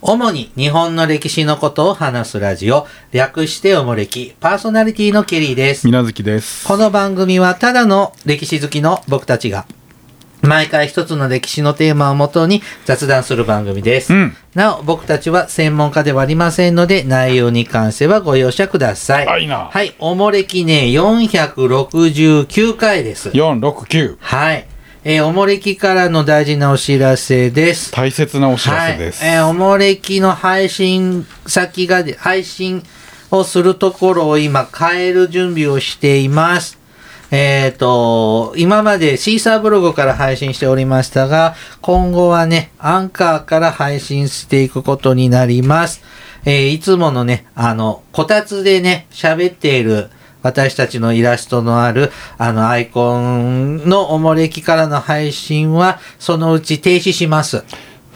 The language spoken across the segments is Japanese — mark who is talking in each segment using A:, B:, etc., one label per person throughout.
A: 主に日本の歴史のことを話すラジオ、略しておもれき、パーソナリティのケリーです。
B: みなずきです。
A: この番組はただの歴史好きの僕たちが、毎回一つの歴史のテーマをもとに雑談する番組です。
B: うん
A: なお、僕たちは専門家ではありませんので、内容に関してはご容赦ください。
B: あいいな
A: はい、おもれきね、469回です。
B: 四六九
A: はい。えーおもれきからの大事なお知らせです。
B: 大切なお知らせです。
A: はい。えーおもれきの配信先がで、配信をするところを今変える準備をしています。えっ、と、今までシーサーブログから配信しておりましたが、今後はね、アンカーから配信していくことになります。えーいつものね、あの、こたつでね、喋っている私たちのイラストのある、あの、アイコンのおもれきからの配信は、そのうち停止します。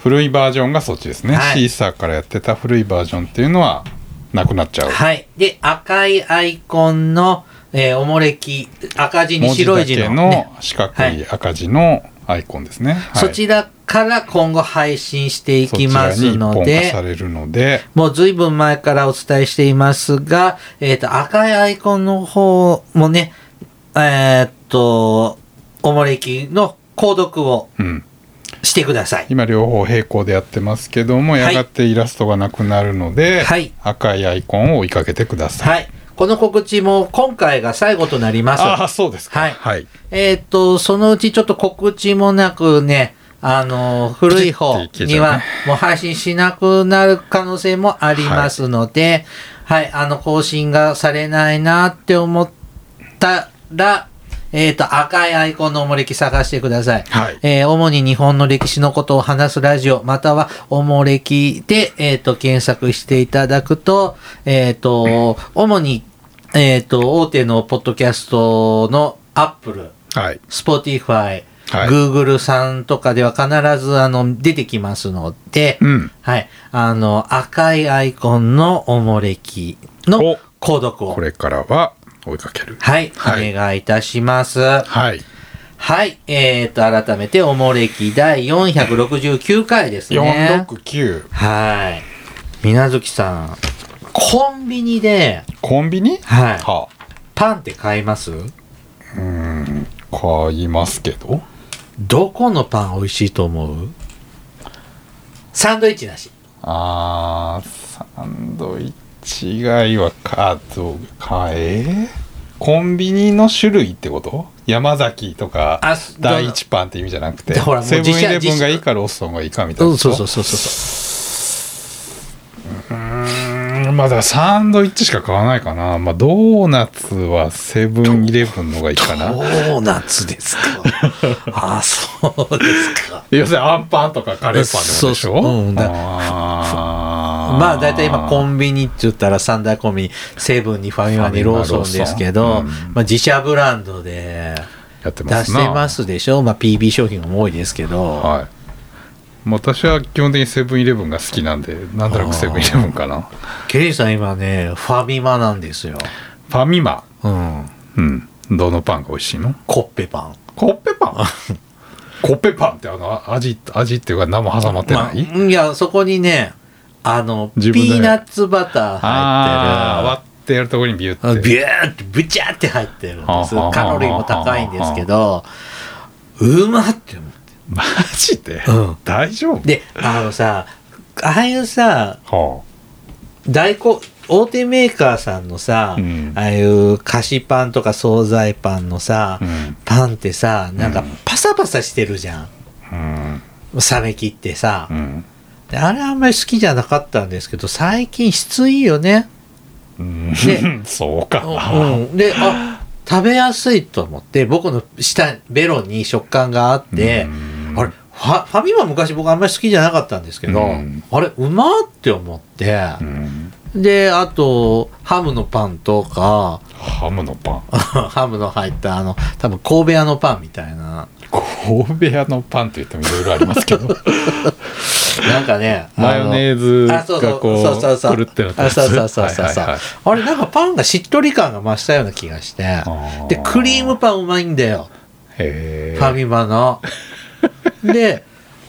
B: 古いバージョンがそっちですね、
A: はい
B: シーサーからやってた古いバージョンっていうのはなくなっちゃう。
A: はい。で、赤いアイコンの、えーおもれき、赤字に
B: 文字
A: 白い
B: だ
A: 字
B: け
A: の,、
B: の四角い赤字のアイコンですね。はい
A: そちらから今後配信していきますの
B: そちらに一本化
A: で
B: さ、れるので、
A: もう随分前からお伝えしていますが、えっ、と、赤いアイコンの方もね、えーっと、おもれきの購読を
B: うん、
A: してください。
B: 今両方並行でやってますけども、
A: い
B: やがてイラストがなくなるので、
A: はい
B: 赤いアイコンを追いかけてください。
A: はい。この告知も今回が最後となります。
B: ああ、そうですか。
A: はい
B: はい。
A: えーっ、と、そのうちちょっと告知もなくね、あの、古い方
B: プチっ
A: に
B: ていけちゃう
A: は
B: ね
A: もう配信しなくなる可能性もありますので、はい、あの、更新がされないなって思ったら、えーっ、と、赤いアイコンのおもれき探してください。
B: はい
A: えー主に日本の歴史のことを話すラジオ、またはおもれきで、えっ、と、検索していただくと、えっ、と、主に、えっ、と、大手のポッドキャストのアップル、
B: はい。
A: Spotify、
B: はい
A: Google さんとかでは必ずあの出てきますので、
B: うん。
A: はい。あの、赤いアイコンのおもれきの
B: お
A: 購読を
B: こ、れからは追いかける。
A: はい、
B: はい
A: お願いいたします。
B: はい。
A: はい。えっ、と、改めて、おもれき第469回ですね。
B: 469。
A: はい。みなずきさん、コンビニで、
B: コンビニ
A: はい。
B: は
A: パンって買います
B: うーん買いますけど
A: どこのパン美味しいと思うサンドイッチなし。
B: あーサンドイッチ以外はかどう買えコンビニの種類ってこと山崎とか
A: あす
B: 第一パンって意味じゃなくて
A: でほらもう
B: セブンイレ
A: 自社
B: ブンがいいかローソンがいいかみたいな
A: うん、そうそううそうそう。
B: ーんまあだからサンドイッチしか買わないかなまあドーナツはセブンイレブンのがいいかな
A: ドーナ ツですか。あ、そうですか。
B: 要するにアンパンとかカレーパンとかでし
A: そう
B: ょ
A: そううんだ
B: あー
A: まあ大体今コンビニって言ったら三大コンビニ、セブンにファミマにローソンですけど、
B: ファミマローソンうん
A: まあ自社ブランドで
B: やって
A: 出
B: ます
A: し
B: な
A: てますでしょまあ PB 商品も多いですけど、
B: はい。私は基本的にセブンイレブンが好きなんで、なんとなくセブンイレブンかな。
A: ケリーさん今ね、ファミマなんですよ。
B: ファミマ。
A: うん。
B: うん。どのパンが美味しいの
A: コッペパン。
B: コッペパンコッペパンってあの、味、味っていうか何も挟まって
A: ま
B: な
A: あ、
B: い、
A: いや、そこにね、あの、ピ
B: 自分で
A: ーナッツバター
B: ああ
A: 入っ
B: ー、割ってやるところにビュ
A: て
B: って。
A: る。ビューって、ブチャーって入ってるんです
B: はあはあはあは。あ
A: カロリーも高いんですけど、うまって思って
B: マジで、
A: うん
B: 大丈夫
A: で、あのさ、ああいうさ、
B: は
A: 大根、大手メーカーさんのさ、
B: うん
A: ああいう菓子パンとか惣菜パンのさ、
B: あ。うん。
A: パンってさ、なんかパサパサしてるじゃん。
B: うん。
A: 冷め切ってさ
B: う。ん。
A: であれあんまり好きじゃなかったんですけど、最近質いいよね。
B: うん、 そうか
A: う
B: な。
A: ん。で、あ、食べやすいと思って、僕の下、ベロに食感があって、
B: うん
A: あれ、ファファミマ昔僕あんまり好きじゃなかったんですけど、
B: うん
A: あれ、うまって思って、
B: うん
A: で、あと、ハムのパンと か、
B: ハムのパン。
A: ハムの入った、あの、多分神戸屋のパンみたいな。
B: 神戸屋のパンと言ってもいろい ろありますけど。
A: なんかね、あの
B: マヨネーズ
A: あそうそう
B: がこ
A: そうそうそう
B: う、くるってなって
A: あそうそうそうそうそう
B: はいはいはい
A: あれ、なんかパンがしっとり感が増したような気がして。
B: あ
A: で、クリームパンうまいんだよ。
B: へ
A: ファミマの。で、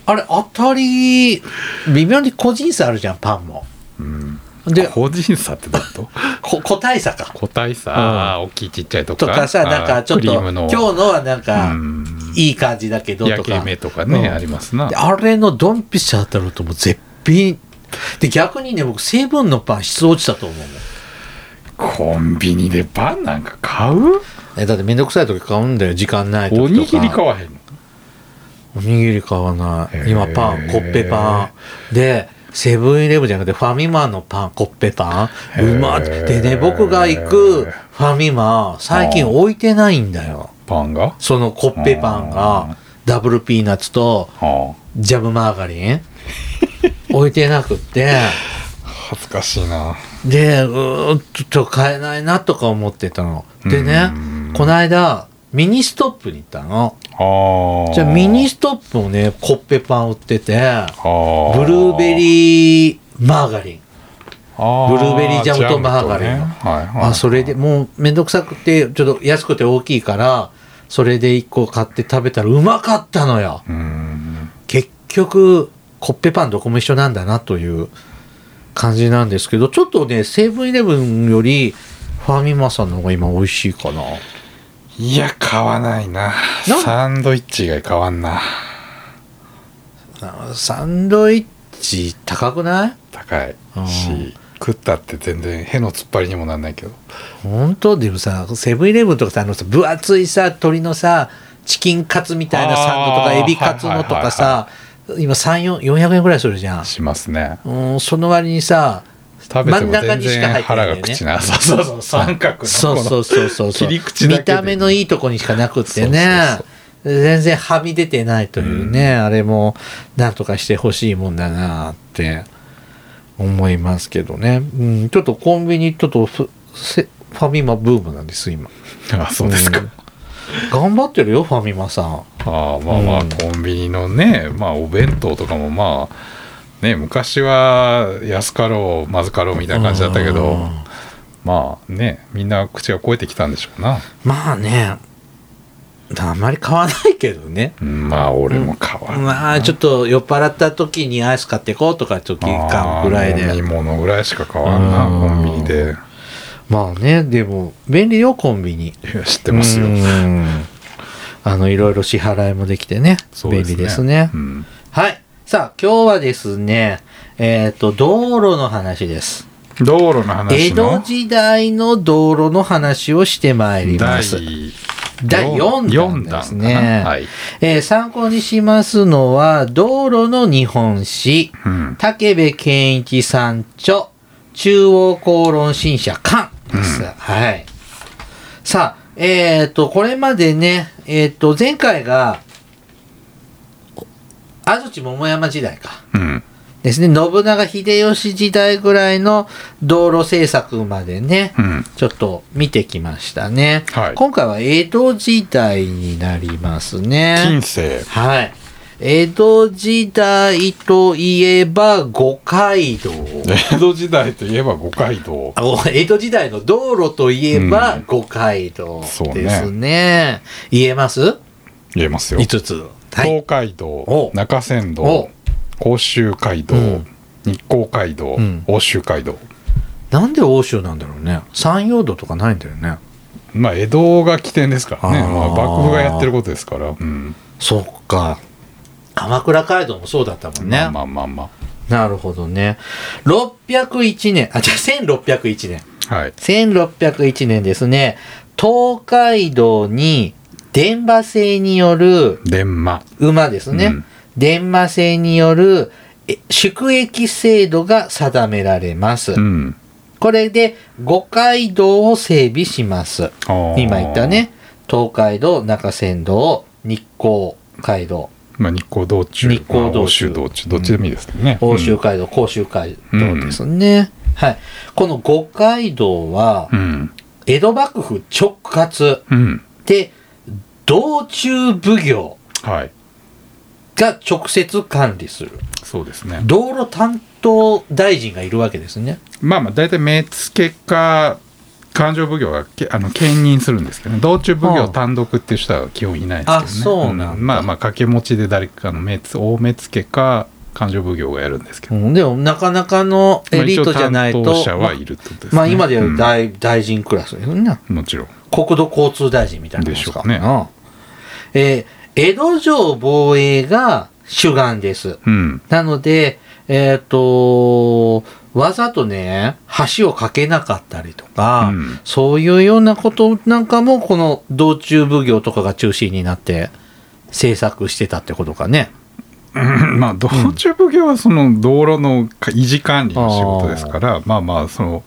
A: あれ、当たり、微妙に個人差あるじゃん、パンも。
B: うん、
A: で、こ
B: 個人差ってどういうこと
A: 個体差か。
B: 個体差、
A: ん
B: あー大きいちっちゃいとか
A: とかさ、なんかちょっ
B: クリ
A: と、
B: ー
A: 今
B: ム
A: 日
B: の
A: のはなんか、
B: うん
A: いい感じだけどと
B: 焼け
A: か。
B: 目とかね、
A: うん
B: ありますな
A: であれのドンピシャ当たるともう絶品。で、逆にね、僕、セブンのパン質落ちたと思うもん。
B: コンビニでパンなんか買う
A: え、だってめんどくさい時買うんだよ、時間ない時とか。
B: おにぎり買わへんの
A: おにぎり買わな
B: へ
A: い。
B: ー
A: 今パン、コッペパン。で、セブンイレブンじゃなくてファミマのパン、コッペパン。
B: へー
A: うまっでね、僕が行くファミマ、最近置いてないんだよ。
B: パンが
A: そのコッペパン
B: うん
A: が、ダブルピーナッツと
B: は
A: ジャムマーガリ ン置いてなくって、
B: あ恥ずかしいな
A: で、うーんちょっと買えないなとか思ってたの。でね
B: うん、
A: この間、ミニストップに行ったの。
B: あ
A: じゃあミニ
B: ス
A: ストップもね、コッペパン売ってて、ブ
B: ブ
A: ルーベリーマーガリン。
B: ブ
A: ブルーベリージャムとマーガリンの
B: はいはい、
A: あ、それで、もうめんどくさくて、ちょっと安くて大きいから、それで1個買って食べたらうまかったのよ。
B: うん
A: 結局、コッペパンどこも一緒なんだなという感じなんですけど、ちょっとね、セブンイレブンよりファミマさんの方が今美味しいかな。
B: いや買わないな
A: なん
B: サンドイッチ以外買わんな
A: あサンドイッチ高くない
B: 高い
A: うん
B: し食ったって全然への突っ張りにもなんないけど
A: 本当でもさセブンイレブンとかさあのさ分厚いさ鶏のさチキンカツみたいなサンドとか
B: あー
A: エビカツのとかさ、今3400円ぐらいするじゃん、
B: しますね
A: うん、その割にさ
B: 食べて
A: 真
B: も
A: ん中
B: 全
A: にしか入ってな
B: 然
A: い
B: 腹
A: んだよ
B: が
A: ね
B: 口なさそうそう三角のこの
A: そうそうそうそうそう
B: 切り口だけで
A: 見た目のいいとこにしかなくってね
B: そうそう
A: 全然はみ出てないというね、あれもなんとかしてほしいもんだなって思いますけどね、うん、ちょっとコンビニちょっとフせファミマブームなんです今
B: あそうですか、
A: うん頑張ってるよファミマさん
B: ああまあまあ、
A: うん
B: コンビニのねまあお弁当とかもまあね昔は安かろうまずかろうみたいな感じだったけ
A: う
B: ど
A: ん
B: まあねみんな口が肥えてきたんでしょうな、
A: まあねあんまり買わないけどね
B: うんまあ俺も変わらない
A: まあちょっと酔っ払った時にアイス買ってこうとか時間ぐらい
B: ああ飲み
A: で
B: 物ぐらいしか変わんな
A: うん
B: コンビニで
A: まあねでも便利よコンビニ
B: いや知ってますよ
A: うんあのいろいろ支払いもできてね
B: そう
A: 便利ですね、
B: うん
A: はいさあ今日はですねえっ、と道路の話です
B: 道路の
A: 江
B: 話
A: 戸
B: の
A: 時代の道路の話をしてまいりま
B: 第
A: す第4弾ですね。
B: 四弾かなはい
A: えー参考にしますのは、道路の日本史、
B: うん
A: 武部健一さん著、中央公論新社館です。はい。さあ、えっ、と、これまでね、えっ、と、前回が、安土桃山時代か。
B: うん
A: ですね、信長秀吉時代ぐらいの道路政策までね、
B: うん
A: ちょっと見てきましたね。
B: はい
A: 今回は江戸時代になります
B: 近
A: ね。
B: 世
A: はい。江戸時代といえば五街道。
B: 江戸時代といえば五街道
A: あお江戸時代の道路といえば五街道
B: そうね
A: ですね。言えます
B: 言えますよ
A: ?5 つ。はい。
B: 東海
A: お
B: 道中山道
A: お
B: 甲州街道、
A: うん
B: 日光街道、
A: うん
B: 奥州街道
A: なんで欧州なんだろうね。山陽道とかないんだよね。
B: まあ江戸が起点ですからね
A: あー
B: まあ、幕府がやってることですから、うん
A: そっか。鎌倉街道もそうだったもんね。
B: まあまあまあま
A: なるほどね。601年、あ、じゃあ1601年。
B: あはい
A: 1601年ですね。東海道に電馬制による
B: 伝馬
A: 馬ですね。
B: うん
A: 電馬制によるえ宿役制度が定められます。
B: うん
A: これで五街道を整備します。
B: あー
A: 今言ったね。東海道、中山道、日光街道、
B: まあ日光道中
A: 日光道中
B: まあ欧州道中どっちでもいいですけどね、
A: 欧州街道、甲州街道ですね。はい。この五街道は、
B: うん
A: 江戸幕府直轄
B: うん、うん
A: で、道中奉行
B: はい
A: が直接管理する。
B: そうですね
A: 道路担当大臣がいるわけですね。
B: まあまあ大体目付か勘定奉行がけあの兼任するんですけど、ね、道中奉
A: はあ
B: 行単独っていう人は基本いないんですけど、
A: あ
B: ね
A: そうなんだ
B: まあまあ掛け持ちで誰かの目つ大目付けか勘定奉行がやるんですけ
A: う
B: ど、
A: ん、でもなかなかのエリートじゃないと、
B: まあ一応担当者はいるってことですね
A: まあ今でいう
B: うん
A: 大,、大臣クラスですよね
B: もちろん
A: 国土交通大臣みたいなもんすから
B: でしょう
A: うんえー江戸城防衛が主眼です
B: うん
A: なのでえっ、とわざとね橋を架けなかったりとか、
B: うん
A: そういうようなことなんかもこの道中奉行とかが中心になって制作してたってことかね。
B: うんまあ道中奉行はその道路の維持管理の仕事ですから、まあまあその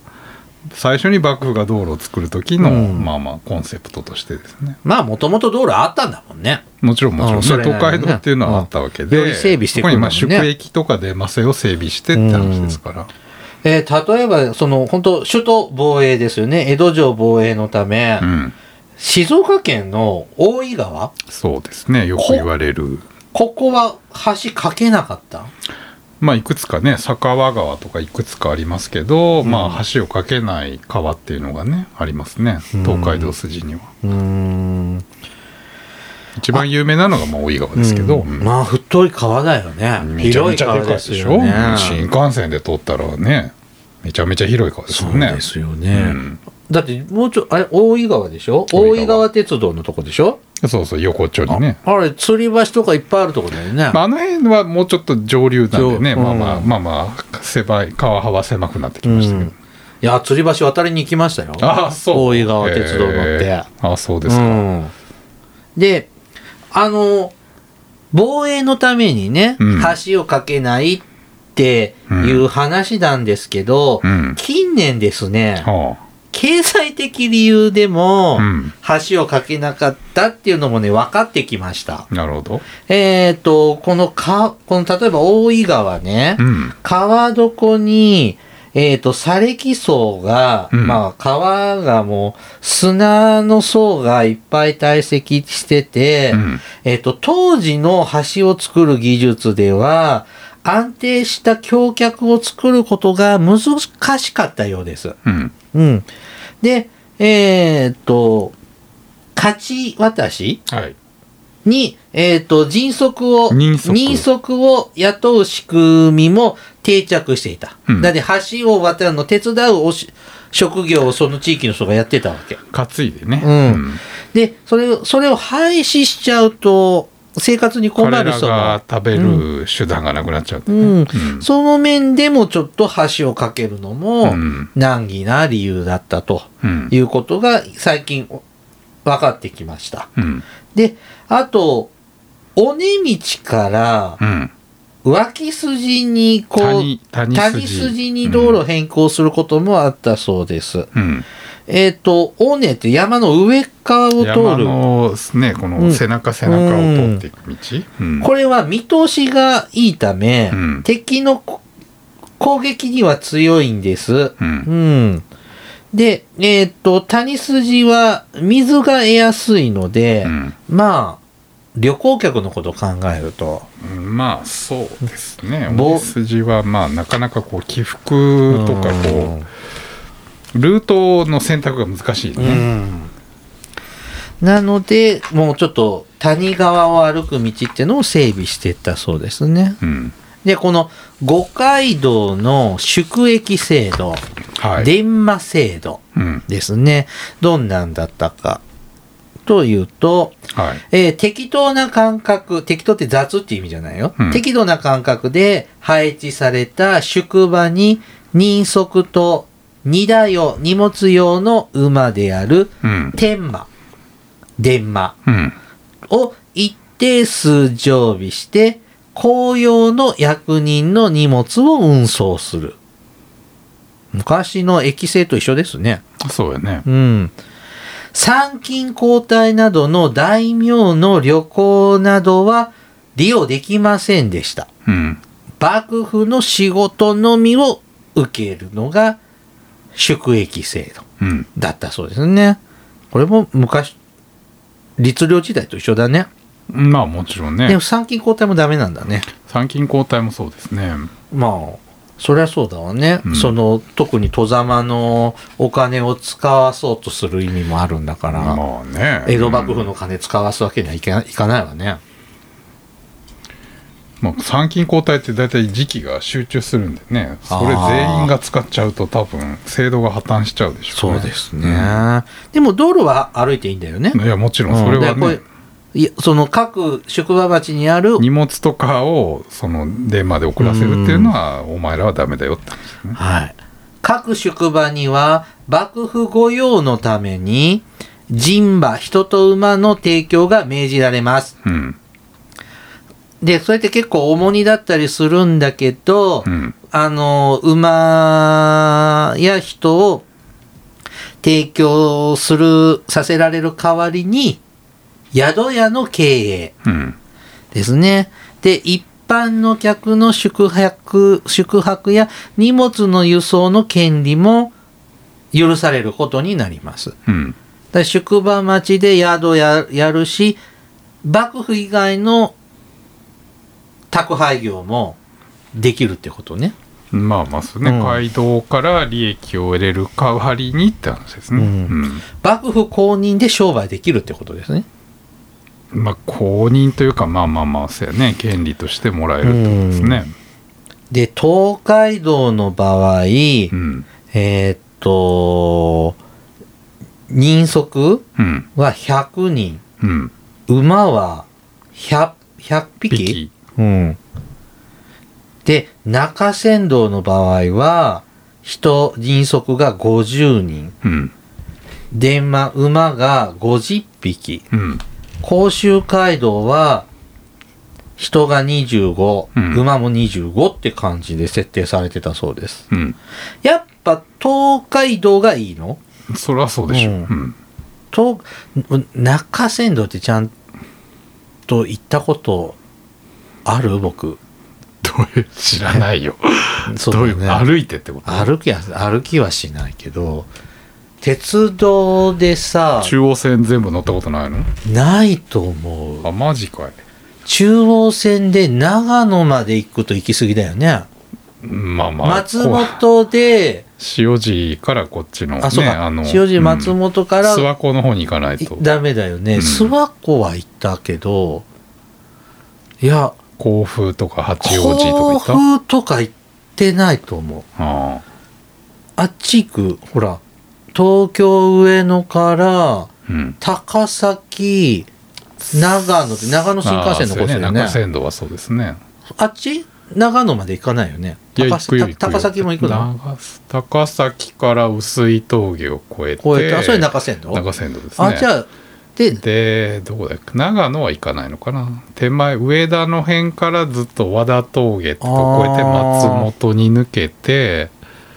B: 最初に幕府が道路を作る時の、
A: うん
B: まあまあコンセプトとしてですね
A: まあもともと道路あったんだもんね。
B: もちろんもちろん、
A: うん
B: ね、
A: それなり
B: 都
A: にね
B: 会道っていうのはあったわけで、
A: うんより整備してく
B: ここ
A: る
B: に
A: のも
B: ま
A: ね
B: あ宿駅とかでまあそれを整備してって話ですから、
A: えー例えばその本当首都防衛ですよね江戸城防衛のため、
B: うん
A: 静岡県の大井川
B: そうですねよく言われる
A: ここは橋架けなかった
B: まあいくつかね酒川川とかいくつかありますけど、まあ橋を架けない川っていうのがねありますね東海道筋には、
A: うーん
B: 一番有名なのがまあ大井川ですけど、うん
A: まあ太い川だよね
B: めちゃ
A: 広
B: め
A: い
B: ちゃ
A: 川
B: でかい
A: で
B: ですし
A: よ
B: ょ、
A: ね
B: 新幹線で通ったらねめちゃめちゃ広い川です
A: そ
B: よ
A: う
B: ね
A: ですよね、
B: うん
A: だってもうちょあれ大井川でしょ大
B: 大井川
A: 井川鉄道のとこでしょ
B: そうそう横丁にね
A: あれ吊り橋とかいっぱいあるとこだよね、
B: まあ、あの辺はもうちょっと上流なんでね、
A: 上
B: まあまあ
A: うん
B: まあまあ狭い川幅は狭くなってきましたけど、
A: うんいや吊り橋渡りに行きましたよ
B: ああそう
A: 大井川鉄道乗って、
B: えーああそうですか、
A: うん、であの防衛のためにね、
B: うん
A: 橋を架けないっていう話なんですけど、
B: うん
A: 近年ですね、
B: は
A: 経済的理由でも
B: うん
A: 橋を架けなかったっていうのもね、分かってきました。
B: あなるほど
A: えっ、と、このか、この例えば大井川ね、
B: うん
A: 川床に、えっ、と、砂礫層が、
B: うん
A: まあ、川がもう、砂の層がいっぱい堆積してて、
B: うん
A: えっ、と、当時の橋を作る技術では、安定した橋脚を作ることが難しかったようです。
B: うん
A: うん。で、えっ、と、勝ち渡し
B: はい
A: に、えっ、と、迅速を、
B: 人足
A: 足を雇う仕組みも定着していた。
B: うん
A: だって橋を渡るの手伝うおし職業をその地域の人がやってたわけ。
B: 担いでね、
A: うんで、それを、それを廃止しちゃうと、生活に困
B: 彼
A: る
B: ら
A: 人
B: が
A: が。
B: 食べる手段がなくなっちゃう、
A: うん。その面でもちょっと橋を架けるのも
B: うん
A: 難儀な理由だったと
B: うん
A: いうことが最近分かってきました。
B: うん
A: で、あと、尾根道から
B: うん
A: 脇筋にこう、
B: 谷谷筋
A: 谷筋に道路を変更することもあったそうです。
B: うん
A: えっ、と、尾根って山の上側を
B: 山
A: 通る。
B: のねこ
A: う
B: の
A: ん
B: 背中背中を通っていく道、うん
A: これは見通しがいいため、
B: うん
A: 敵のこ攻撃には強いんです。
B: う
A: うんん。で、えっ、と、谷筋は水が得やすいので、
B: うん
A: まあ、旅行客のことを考えると、
B: うんまあそうですね
A: ぼ
B: 大筋はまあなかなかこう起伏とかこうルートの選択が難しい
A: うん
B: ね、
A: なのでもうちょっと谷川を歩く道っていうのを整備していったそうですね
B: うん
A: でこの五街道の宿駅制度、
B: はい、
A: 伝馬制度
B: うん
A: ですねどんなんだったかというと、
B: はい
A: えー適当な感覚適当って雑って意味じゃないよ、
B: うん
A: 適度な感覚で配置された宿場に人足と荷台用荷物用の馬である
B: うん
A: 天馬伝馬
B: うん
A: を一定数常備して公用の役人の荷物を運送する昔の駅制と一緒ですね
B: そうやね
A: うん。参勤交代などの大名の旅行などは利用できませんでした。
B: うん
A: 幕府の仕事のみを受けるのが宿役制度
B: うん
A: だったそうですね。これも昔、律令時代と一緒だね。
B: まあもちろん
A: で
B: ね
A: も参勤交代もダメなんだね。
B: 参勤交代もそうですね
A: まあ、そりゃそうだわね、
B: うん
A: その特に外様のお金を使わそうとする意味もあるんだから、
B: まあね
A: 江戸幕府
B: うん
A: の金使わすわけにはいけないいかないわね
B: まあ、参勤交代って大体時期が集中するんでねそれ
A: あー
B: 全員が使っちゃうと多分制度が破綻しちゃうでしょ
A: そう
B: ね
A: ですね、でも道路は歩いていいんだよね、
B: いやもちろん
A: うん
B: それは
A: だから
B: ね
A: こ、れいやその各宿場町にある
B: 荷物とかをその電話で送らせるっていうのはお前らはダメだよって話ですね
A: はい、各宿場には幕府御用のために人馬人と馬の提供が命じられます
B: うん
A: でそれって結構重荷だったりするんだけど、
B: うん
A: あの馬や人を提供するさせられる代わりに宿屋の経営
B: うん
A: ですね。で、一般の客の宿泊、宿泊や荷物の輸送の権利も許されることになります。だか
B: うん
A: ら宿場町で宿ややるし、幕府以外の宅配業もできるってことね。
B: まあまあそうね、
A: うん
B: 街道から利益を得れる代わりにって話ですね、
A: うん幕府公認で商売できるってことですね。
B: うんまあ公認というかまあまあまあそうやね権利としてもらえるってことですね
A: で、東海道の場合、
B: うん
A: えーっと、人足
B: うん
A: は100人。
B: うん
A: 馬は 100, 100匹
B: ビキ
A: うん、で中山道の場合は人人足が50人
B: うん
A: 電馬馬が50匹
B: うん
A: 甲州街道は人が25、
B: うん
A: 馬も25って感じで設定されてたそうです
B: うん
A: やっぱ東海道がいいの
B: そりゃそうでしょ、
A: う
B: うんん
A: 東中山道ってちゃんと行ったことある僕
B: どういう知らないよ
A: そ
B: どういう
A: だね
B: 歩いてってこと
A: 歩きは歩きはしないけど鉄道でさ
B: 中央線全部乗ったことないの
A: ないと思う
B: あマジかい
A: 中央線で長野まで行くと行き過ぎだよね、
B: まあまあ
A: 松
B: こう
A: 本で
B: 塩尻からこっちのね
A: あそうか、
B: の
A: 塩尻松本か
B: うん
A: ら、
B: 諏訪湖の方に行かない
A: い
B: と
A: ダメだよね、
B: うん
A: 諏訪湖は行ったけどいや
B: 甲府とか八王
A: 甲
B: 子とか行っ
A: 府とか行ってないと思う
B: たああ
A: あっち行くほら東京上野から
B: うん
A: 高崎長野って長野新幹線のコースだよねあ
B: ああそうや中山道はそうですね
A: っち長野まで行かないよね
B: いや
A: 高
B: 行くよ行くよ
A: 高高崎も行くの
B: 長高崎から薄い峠を越えて
A: 越えてあそれ中山道
B: 中山道ですね
A: あじゃあで
B: でどこだっけ長野は行かないのかな手前上田の辺からずっと和田峠ってとこ越えて松本に抜けて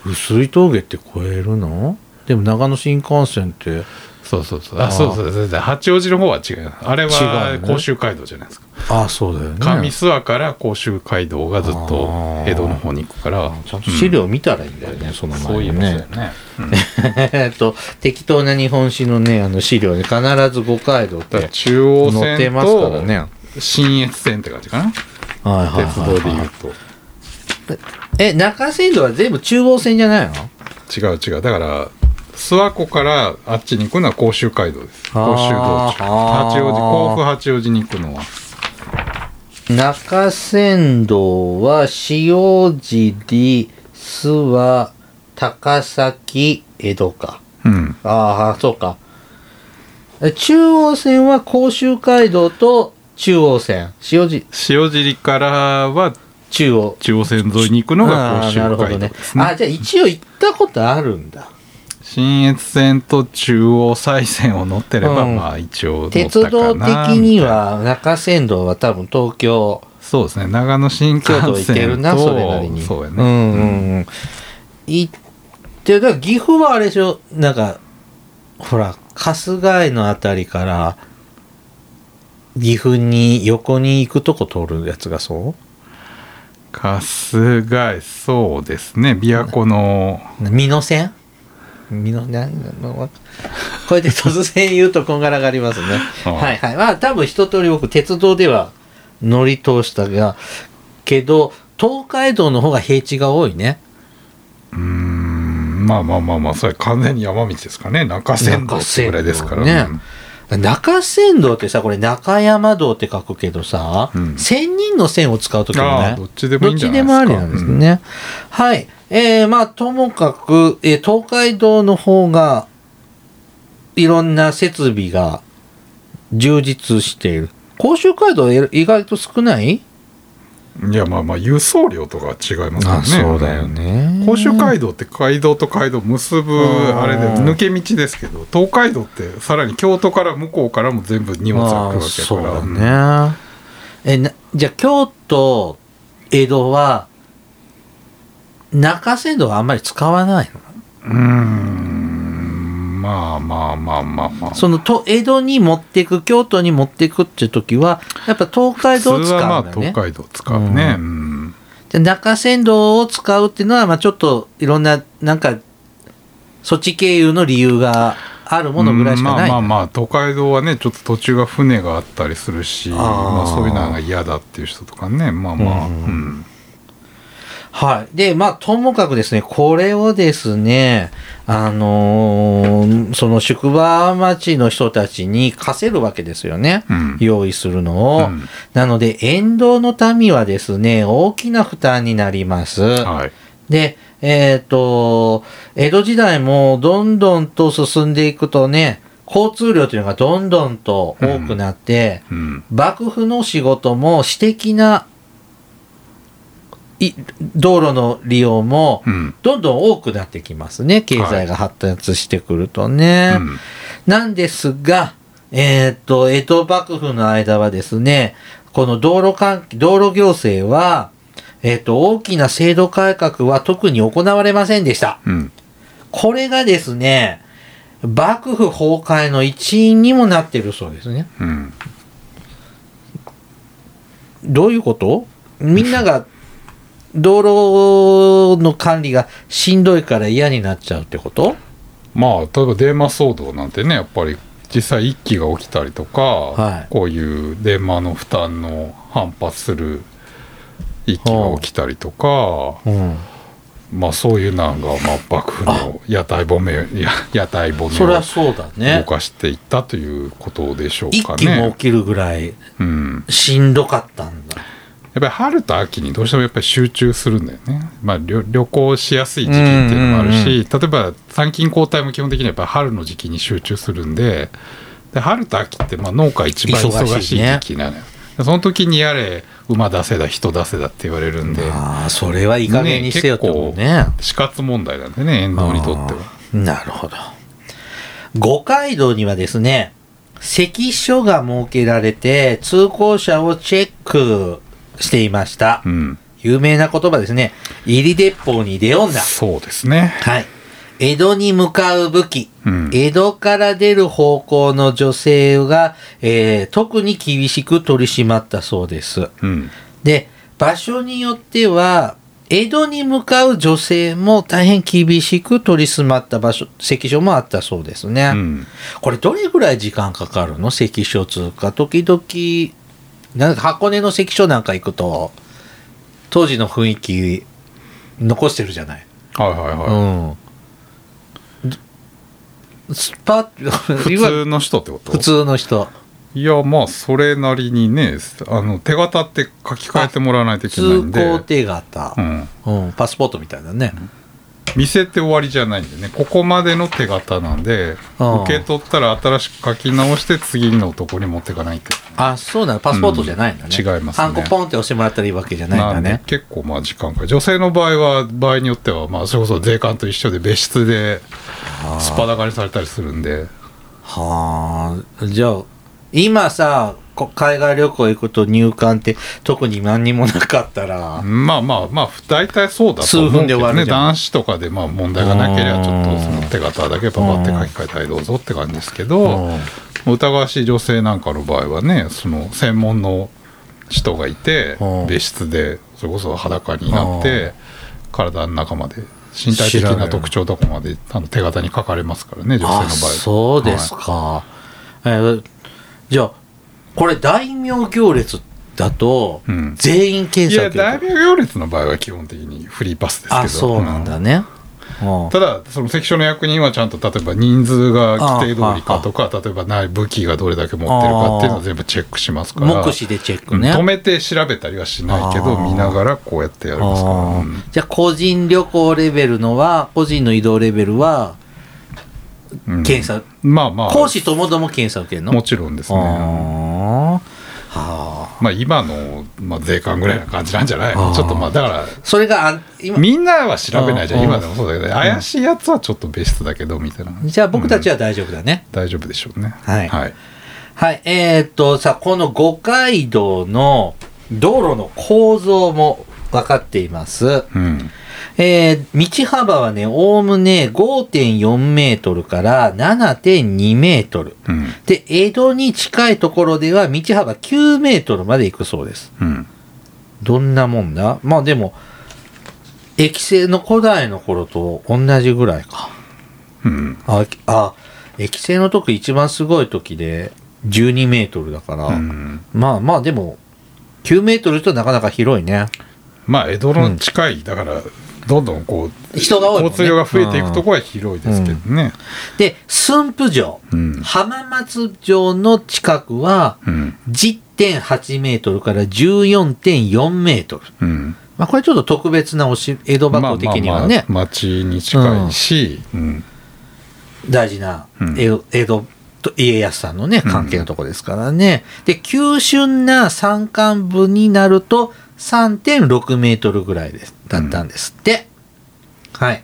A: 薄い峠って越えるのでも長野新幹線って
B: そうそうそう
A: あー
B: あそうそうそうそう八王子の方は違うあれ
A: 違
B: は
A: うね
B: 甲州街道じゃないですか、
A: ああそうだよね
B: 上諏訪から甲州街道がずっと江戸の方に行くから
A: ちゃんと資料見たらいいんだよね、その
B: うん
A: 前
B: そう
A: に
B: いうことだよね、うんだ
A: えっと、適当な日本史のね、あの資料に必ず五街道っ
B: から
A: て
B: 中央
A: 載って
B: 線
A: ますからね。
B: と
A: はい
B: 新越線って感じかな
A: はいはいはい
B: 鉄道でいうと
A: え、中山道は全部中央線じゃないの
B: 違う違うだから諏訪湖からあっちに行くのは甲州街道です
A: あー
B: 甲州道中
A: あー
B: 八王子甲府八王子に行くのは
A: 中山道は塩尻、諏訪、高崎、江戸か。
B: うん
A: ああ、そうか。え中央線は甲州街道と中央線。塩尻、
B: 塩尻からは
A: 中央。
B: 中央線沿いに行くのが甲州
A: あーなるほ
B: 街
A: ど
B: 道
A: ね
B: で。すね
A: あ、じゃあ一応行ったことあるんだ。
B: 新越線と中央西線を乗ってれば、
A: うん
B: まあ一応乗ったかな
A: 鉄道的には中山道は多分東京
B: そうですね長野新幹
A: 京
B: 線と
A: 都行けるなそれなりに
B: そうや
A: うん
B: ね、
A: うんうん行ってだから岐阜はあれでしょなんかほら春日井のあたりから岐阜に横に行くとこ通るやつがそ
B: 春日井そうですね琵琶湖の
A: う美濃線美濃なんなのわこれで突然言うとこんがらがりますね
B: ああ
A: はいはいまあ多分一通り僕鉄道では乗り通したがけど東海道の方が平地が多いね。
B: うーんまあまあまあまあそれ完全に山道ですかね中山道ってぐらいですから
A: 中山道ね中山道ってさ、これ中山道って書くけどさ、
B: うん
A: 千人の線を使うときも
B: ああ
A: ね
B: どっちでもい
A: ど
B: い
A: っ
B: んじ
A: ち
B: ゃな
A: で
B: い
A: もあり
B: ですか
A: なんですね。はい。えー、まあ、ともかく、えー東海道の方が、いろんな設備が充実している。甲州街道え意外と少ない
B: うんいやまあまあ輸送量とかは違いますからね
A: ね
B: 甲州街道って街道と街道結ぶ
A: うん
B: あれで抜け道ですけど東海道ってさらに京都から向こうからも全部荷物が来るわけだから
A: あーそうだね。えなじゃあ京都江戸は中山道はあんまり使わない
B: うんうーんまあまあまあまあまあ
A: のそのと江戸に持っていく京都に持っていくっていう時はやっぱ東海道を
B: 普
A: 使
B: 通はま
A: うん
B: あ
A: だよ
B: 東
A: ね。
B: 海道使うね、うん
A: じゃあ中山道を使うっていうのは、まあ、ちょっといろんななんかそっち経由の理由があるものぐらいしかない。
B: まあまあまあ東海道はねちょっと途中が船があったりするし
A: あー
B: まあ、そういうのが嫌だっていう人とかねまあまあ、
A: う
B: うんん
A: はい。で、まあ、ともかくですね、これをですね、あのーその宿場町の人たちに課せるわけですよね。
B: うん
A: 用意するのを。
B: うん
A: なので、沿道の民はですね、大きな負担になります。
B: はい
A: で、えっ、と、江戸時代もどんどんと進んでいくとね、交通量というのがどんどんと多くなって、
B: うん
A: 幕府の仕事も私的ない道路の利用も
B: うん
A: どんどん多くなってきますね経済が発達してくるとね。
B: うん
A: なんですが、えーっと江戸幕府の間はですねこの道路関道路行政は、えーっと大きな制度改革は特に行われませんでした。
B: うん
A: これがですね幕府崩壊の一因にもなってるそうですね。
B: うん
A: どういうことみんなが道路の管理がしんどいから嫌になっちゃうってこと
B: まあ例えば電マ騒動なんてねやっぱり実際一揆が起きたりとか、
A: はい
B: こういう電マの負担の反発する一揆が起きたりとか、
A: うん。
B: まあそういうのが、まあ、幕府の屋台骨や屋台骨を
A: そりゃそうだ
B: 動
A: ね。
B: かしていったということでしょう
A: 一
B: か
A: 気も
B: ね
A: 起。きるぐらい
B: うん、
A: しんどかったんだ。
B: やっぱり春と秋にどうしてもやっぱり集中するんだよね。まあ旅旅行しやすい時期っていうのもあるし、
A: うんうん
B: 例えば参勤交代も基本的にはやっぱり春の時期に集中するんで、で春と秋ってまあ農家一番忙
A: 忙し
B: し
A: い
B: い
A: ね
B: 時期なのよ。でその時にやれ馬出せだ人出せだって言われるんで、
A: ああ、それはいい加減にしてよってことね。
B: 死活問題なんでね遠藤にとっては。
A: あーなるほど。五街道にはですね、関所が設けられて通行者をチェックしていました。
B: うん、
A: 有名な言葉ですね。入り鉄砲に出女。
B: そうですね。
A: はい。江戸に向かう武器。
B: うん
A: 江戸から出る方向の女性が、えー特に厳しく取り締まったそうです。
B: うん、
A: で、場所によっては、江戸に向かう女性も大変厳しく取り締まった場所、関所もあったそうですね。
B: うん
A: これどれぐらい時間かかるの関所通過。時々、なんか箱根の関所なんか行くと、当時の雰囲気残してるじゃない。
B: はいはいはい。
A: うん。スパッ、
B: 普
A: 今
B: 通の人ってこと
A: 普通の人。
B: いやまあそれなりにねあの手形って書き換えてもらわないといけない
A: 通
B: んで、
A: 行
B: う
A: 手形、
B: ん、
A: うん。パスポートみたいなね。
B: 店って終わりじゃないんでねここまでの手形なんで
A: ああ
B: 受け取ったら新しく書き直して次のとこに持っていかないと
A: あ、そうなのパスポートじゃないんだね。
B: うん違いますね
A: ハンコポンって押してもらったらいいわけじゃないんだ
B: んで
A: ね。
B: 結構まあ時間かかる女性の場合は場合によってはまあそれこそ税関と一緒で別室でスパダカにされたりするんで
A: はあ。じゃあ、今さ、こ海外旅行行くと入管って特に何にもなかったら、
B: まあまあまあ大体そうだと思う
A: 数分
B: け
A: で終わ
B: ど
A: る
B: ね
A: じゃん
B: 男子とかでまあ問題がなければちょっとその手形だけパパって書き換えたりどうぞって感じですけど疑わしい女性なんかの場合はねその専門の人がいて
A: うん
B: 別室でそれこそ裸になって体の中まで身体的
A: 知らない
B: な特徴とかまであの手形に書かれますからね女性の場合
A: あ、そうですか。えーじゃあ、これ大名行列だと、
B: うん
A: 全員検
B: いや
A: 索
B: 大名行列の場合は基本的にフリーパスですけど
A: あそうなんだ
B: う
A: ね、うん
B: ただその関所の役人はちゃんと例えば人数が規定通りかとか例えばない武器がどれだけ持ってるかっていうのを全部チェックしますから
A: 目視でチェックね、
B: うん止めて調べたりはしないけど
A: あー
B: 見ながらこうやってやりますから、
A: あ
B: う
A: ー
B: ん
A: じゃあ個人旅行レベルのは個人の移動レベルは
B: うん
A: 検査、
B: まあまあ
A: 講師ともども検査受けるの
B: もちろんですね
A: あーはあ
B: まあ今の、まあ、税関ぐらいな感じなんじゃない
A: あ
B: の
A: ー
B: ちょっとまあだか
A: それがあ今
B: らみんなは調べないじゃ
A: あ
B: ん
A: ー
B: 今でもそうだけど怪しいやつはちょっと別室だけどみたいな
A: じゃあ僕たち
B: は、
A: は大丈夫だね、
B: うん大丈夫でしょうね
A: はい
B: はい、
A: はい、えー、っと、さあ、この五街道の道路の構造も分かっています。
B: うん
A: えー道幅はね、おおむね5.4メートルから7.2メートル。
B: うん
A: で、江戸に近いところでは道幅9メートルまで行くそうです。
B: うん
A: どんなもんだまあでも、駅製の古代の頃と同じぐらいか。
B: うん
A: あ、あ、駅製の時一番すごい時で12メートルだから、
B: うん
A: まあまあでも9メートルとなかなか広いね。
B: まあ江戸の近い、だからどんどんこう
A: 人が多いもんね
B: 交通量が増えていくところは広いですけどね
A: で、駿府城、
B: うん
A: 浜松城の近くは
B: うん
A: 10.8メートルから14.4メートル。
B: うん
A: まあこれちょっと特別なおし江戸幕府的にはね、
B: まあまあまあ町に近いし、うん
A: 大事な
B: うん
A: 江戸江戸と家康さんのね、関係のとこですからね。で、急峻な山間部になると3.6メートルぐらいです、だったんですって。はい。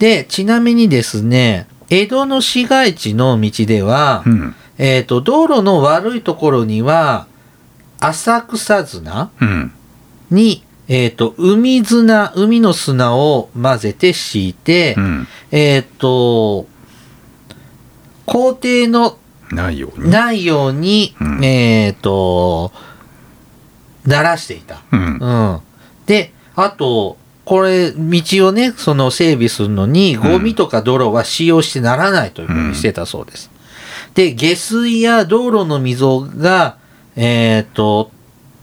A: で、ちなみにですね、江戸の市街地の道では、
B: うん
A: えっ、と、道路の悪いところには、浅草砂
B: うん
A: に、えっ、と、海砂、海の砂を混ぜて敷いて、
B: うん
A: えーっと、校庭の
B: ないように
A: ないように、
B: うん
A: えーっと、鳴らしていた。
B: うん
A: うん。で、あと、これ、道をね、その整備するのに、
B: うん
A: ゴミとか泥は使用してならないというふうにしてたそうです。で、下水や道路の溝が、えーっと、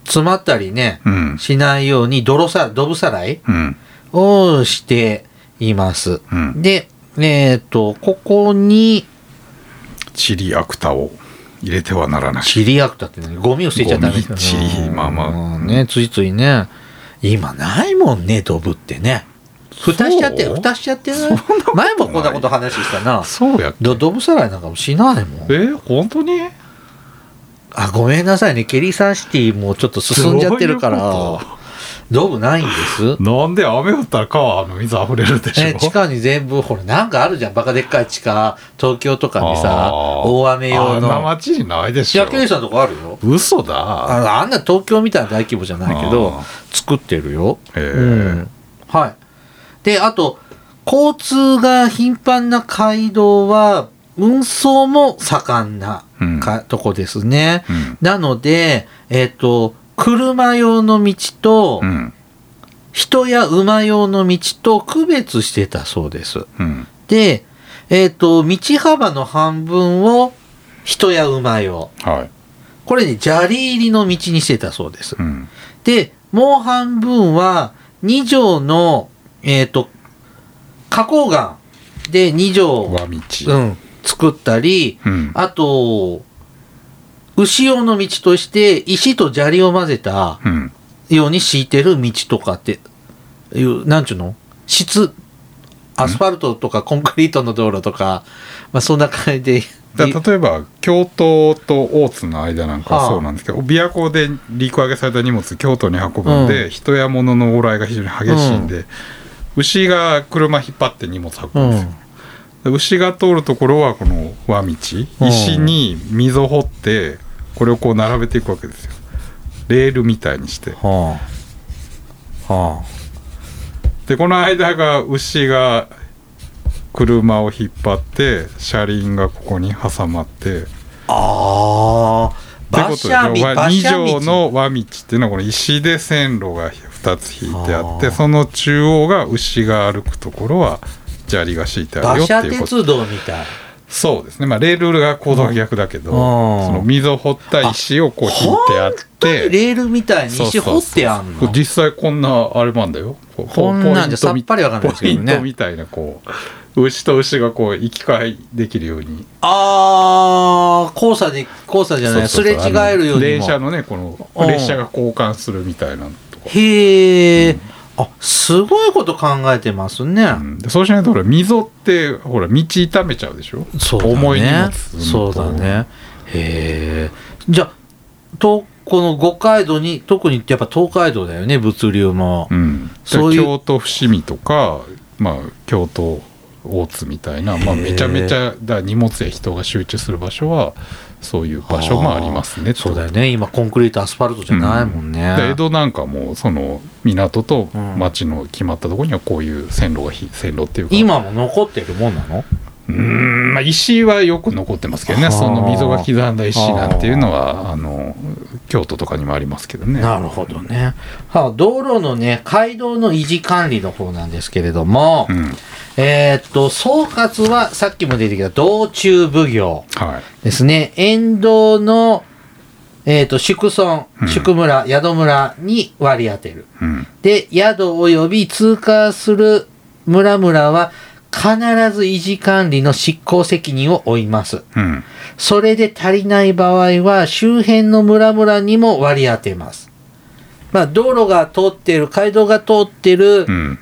A: 詰まったりね、
B: うん
A: しないように、泥さ、ドブさらい
B: うん
A: をしています。
B: うん
A: で、えっ、と、ここに、
B: チリアクタを入れてはならない
A: チリアクタって何ゴミを捨てちゃダメ
B: ゴミチリまあまあ
A: うんね、ついついね。今ないもんね、ドブってね。蓋しちゃって、
B: そう
A: 蓋しちゃってない前もこんなこと話したな。
B: そうやっけ
A: どドブさらいなんかもしないもん。
B: えー本当に
A: あ、ごめんなさいね。ケリーサンシティもちょっと進んじゃってるか
B: どういう
A: ら
B: こ、
A: ドブないんです。
B: なんで雨降ったら川の水溢れるでしょ、
A: え地下に全部、ほら、なんかあるじゃん。バカでっかい地下、東京とかにさ、
B: あー
A: 大雨用
B: あんな
A: の。
B: 町にないで
A: い
B: しょ
A: や、ケリーさんのとこあるよ。
B: 嘘だ
A: あのあんな東京みたいな大規模じゃないけど
B: あ、
A: 作ってるよ。
B: へえ
A: うんはい。で、あと、交通が頻繁な街道は、運送も盛んなか、とこですね。
B: うん
A: なので、えっ、と、車用の道と、
B: うん
A: 人や馬用の道と区別してたそうです。
B: うん
A: で、えっ、と、道幅の半分を人や馬用。
B: はい
A: これね、砂利入りの道にしてたそうです。
B: うん
A: で、もう半分は、2畳の、えっ、と、花崗岩で2
B: 和
A: 畳、
B: 道
A: うん、作ったり、
B: うん
A: あと、牛用の道として、石と砂利を混ぜた
B: うん
A: ように敷いてる道とかって、いう、なんちゅうの質、アスファルトとかコンクリートの道路とか、まあそんな感じで。
B: だ例えば京都と大津の間なんか
A: はあ
B: はそうなんですけど琵琶湖で陸揚げされた荷物京都に運ぶんで、
A: うん
B: 人や物の往来が非常に激しいんで、牛が車引っ張って荷物運ぶんですよ、で牛が通るところはこの和道石に溝掘ってこれをこう並べていくわけですよレールみたいにして
A: はあ。は
B: でこの間が牛が車を引っ張って車輪がここに挟まって
A: あ。ああ。
B: ってこと
A: 馬
B: でしょ
A: 車道、馬車道
B: 2畳の和道っていうのはこの石で線路が2つ引いてあっ
A: あ
B: て
A: ー
B: その中央が牛が歩くところは砂利が敷いてある
A: 馬
B: よって
A: 車
B: いうこと
A: 鉄道みたい。
B: そうですね、まあ、レールが構造が逆だけど、
A: うん
B: その溝掘った石をこう引いてあっ
A: 本当に
B: て
A: レールみたいに
B: そう
A: 石
B: そうそ
A: 掘
B: う
A: ってあんの
B: 実際こんなあれなんだよこう
A: こんなんじゃさっぱりわかんないです
B: ポ
A: け
B: イ
A: ど
B: ン
A: ね
B: トみたいなこう牛と牛がこう行き交いできるように
A: あー交差で交差じゃない
B: そうそうそう
A: すれ違えるよ
B: あの
A: り
B: 電
A: も
B: 車のねこの
A: うん
B: 列車が交換するみたいなのとか、
A: へえ、あすごいこと考えてますね、
B: うんでそうしないとほら溝ってほら道痛めちゃうでしょ
A: そうだね
B: 重い荷物
A: そうだねへえじゃあとこの五街道に特にやっぱ東海道だよね物流も、
B: うん、
A: そういう
B: 京都伏見とか、まあ、京都大津みたいな、まあ、
A: へー
B: めちゃめちゃだ荷物や人が集中する場所はそういう場所もありますね
A: そうだよ
B: ね
A: ね今コンクリートアスファルトじゃないもんね、
B: 江戸なんかもその港と町の決まったところにはこういう線路がひ線路っていうか
A: 今も残ってるもんなの
B: うーん、まあ、石はよく残ってますけど
A: は
B: ね
A: あ
B: その溝が刻んだ石なんていうのはあの京都とかにもありますけどね
A: なるほどね。は道路のね、街道の維持管理の方なんですけれども、
B: うん
A: えーっと、総括はさっきも出てきた道中奉行
B: はい
A: ですね。沿道の、えーっと、宿村
B: う、ん
A: 宿村、宿村に割り当てる。
B: うん
A: で、宿及び通過する村々は、必ず維持管理の執行責任を負います。
B: うん
A: それで足りない場合は周辺の村々にも割り当てます。まあ道路が通ってる、街道が通ってる
B: うん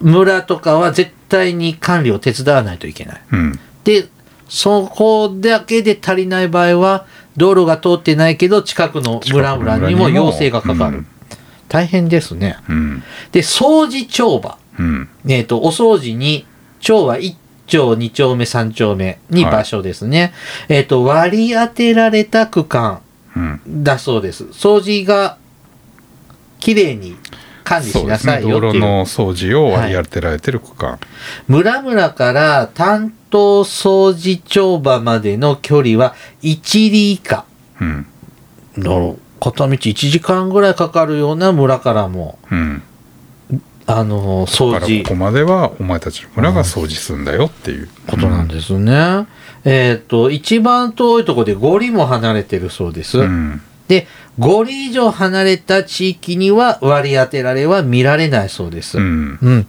A: 村とかは絶対に管理を手伝わないといけない。
B: うん
A: で、そこだけで足りない場合は道路が通ってないけど近くの村々にも要請がかかる。大変ですね。
B: うん
A: で、掃除帳場。
B: うん
A: えっ、と、お掃除に、町は1町、2丁目、3丁目に場所ですね。えっ、と、割り当てられた区間
B: うん
A: だそうです。掃除が、きれいに管理
B: そ
A: し
B: うで
A: な
B: す
A: さ
B: ね、
A: いよ
B: 道
A: って
B: 路
A: いう。
B: の掃除を割り当てられてる区間、
A: 村々から担当掃除帳場までの距離は1里以下
B: うん
A: の片道1時間ぐらいかかるような村からも、
B: うん、
A: あの
B: だ
A: 掃
B: から
A: 除
B: ここまではお前たちの村が掃除するんだよっていう
A: ことなんですね。えっ、と、一番遠いところで5里も離れてるそうです。
B: うん
A: で、5里以上離れた地域には割り当てられは見られないそうです。
B: うんうん
A: うん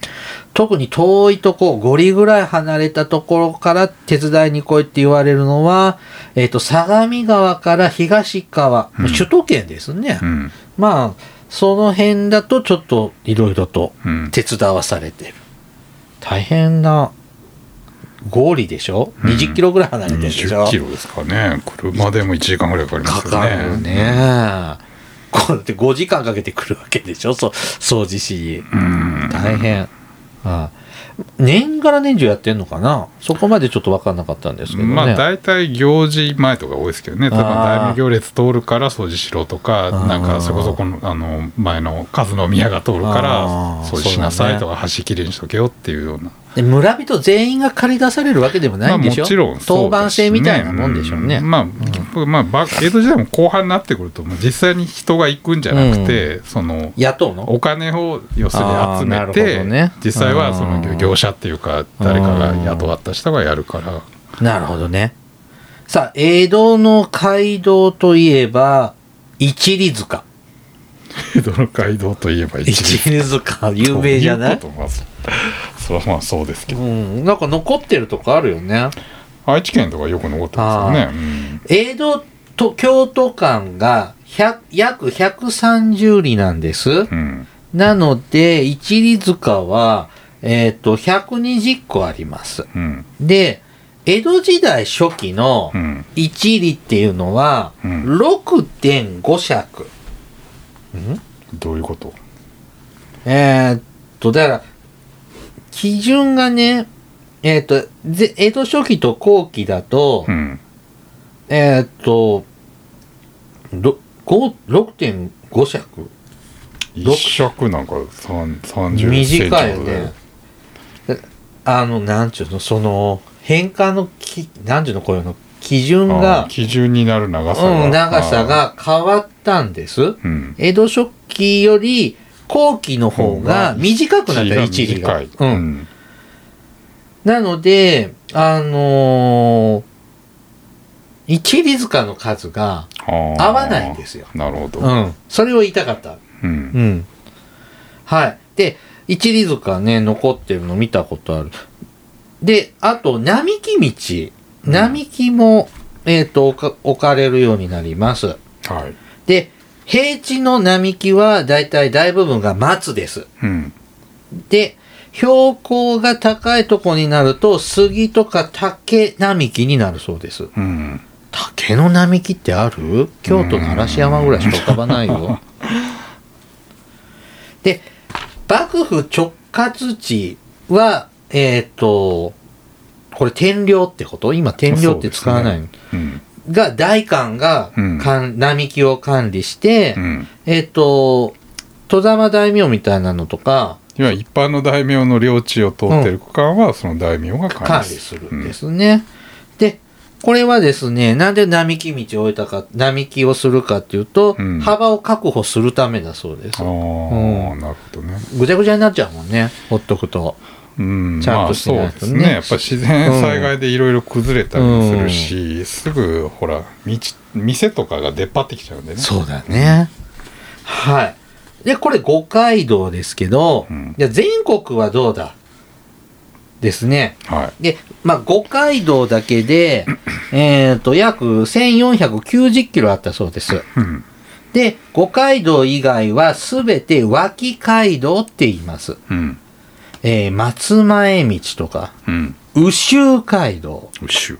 A: 特に遠いとこ、5里ぐらい離れたところから手伝いに来いって言われるのは、えっ、と、相模川から東川、
B: うん
A: 首都圏ですね。
B: うん
A: まあ、その辺だとちょっといろいろと
B: うん
A: 手伝わされてる大変な合理でしょ、
B: うん
A: 20キロぐらい離れてるでしょ
B: 20キロですかね車でも1時間ぐらいかかりま
A: か
B: すよ
A: か
B: ね
A: るよね、こうやって5時間かけてくるわけでしょそう掃除しに
B: うん
A: 大変、ああ年がら年中やってんのかなそこまでちょっと分かんなかったんですけどね、
B: まあ大体行事前とか多いですけどね例え
A: あ
B: ば
A: ー
B: 大名行列通るから掃除しろとか
A: あー
B: なんかそこそこのあの前の数の宮が通るから
A: あー
B: 掃除しなさい
A: そ
B: と
A: う
B: か端きれいにしとけよっていうような
A: で村人全員が借り出されるわけでもないんでしょ、
B: まあ、もちろんそうですね
A: 当番制みたいなもんでしょうね、
B: んまあ、まあば江戸時代も後半になってくるともう実際に人が行くんじゃなくて、その
A: 雇うの
B: お金を要するに集
A: あーなるほ
B: め
A: ど
B: て、
A: ね
B: 実際はそ
A: うん
B: の業者っていうか誰かが雇わった人がやるから
A: なるほどね。さあ、江戸の街道といえば、一里塚。
B: 江戸の街道といえば
A: 一
B: 一
A: 里塚、有名じゃない
B: とうことはそそれはまあそうですけ
A: う
B: ど
A: ん、なんか残ってるとこあるよね。
B: 愛知県とかよく残ってますよね、
A: 江戸と京都間が100約130里なんです。
B: うんうん
A: なので、一里塚は、えっ、と、120個あります。
B: うん
A: で、江戸時代初期の
B: うん
A: 一里っていうのは、
B: うん
A: 6.5尺。
B: どういうこと
A: えーっと、だから、基準がね、えーっと、ぜ江戸初期と後期だと、
B: うん
A: えーっと、ろご6.5尺
B: 一尺なんか三三十センチ
A: 短いよ
B: ほどで
A: ね。あの、なんちゅうの、その、変換のき、なんちゅうの、こういうの、基準
B: あー
A: が、
B: 基準になる長さが、
A: うん、長さが変わったんです。
B: あーうん
A: 江戸初期より後期の方が短くなった、一里が。
B: 短い、う
A: うん
B: ん
A: なので、あのー一里塚の数が、合
B: 合
A: わないんですよ
B: なるほど、
A: うん、それを言いたかった。
B: うん
A: うん。はい。で、一里塚ね、残ってるの見たことある。で、あと、並木道。並木も、えっ、と置か、置かれるようになります。
B: はい、
A: で、平地の並木は、だいたい大部分が松です。
B: うん、
A: で、標高が高いとこになると、杉とか竹並木になるそうです。
B: うん、
A: 竹の並木ってある京都の嵐山ぐらいしか浮かばないよ。で、幕府直轄地は、えっ、と、これ天領ってこと今天領って使わないの、
B: うん、
A: が、大官が、
B: うん
A: かん並木を管理して、
B: うん、
A: えっ、と、戸様大名みたいなのとか、
B: いや一般の大名の領地を通ってる区間は、その大名が
A: 管
B: 管
A: 理
B: 理
A: す
B: する
A: るんですね。で、これはですね、なんで並木道を置いたか、並木をするかっていうと、
B: うん
A: 幅を確保するためだそうです
B: うん、。ああ、なるほどね、
A: ぐちゃぐちゃになっちゃうもんね、ほっとくと。
B: うん、
A: ちゃんと
B: まあ
A: し
B: そう
A: ない
B: で
A: と
B: す
A: ね
B: ねやっぱ自然災害でいろいろ崩れたりもするし、すぐほら道店とかが出っ張ってきちゃうんでね
A: そうだね。はい。で、これ五街道ですけど、
B: うん
A: じゃあ全国はどうだですね。
B: はい
A: で、まあ、五街道だけで、えっと、約1490キロあったそうです。
B: うん
A: で、五街道以外はすべて脇街道って言います。
B: うん
A: えー松前道とか、
B: うん
A: 宇州街道、
B: うしゅ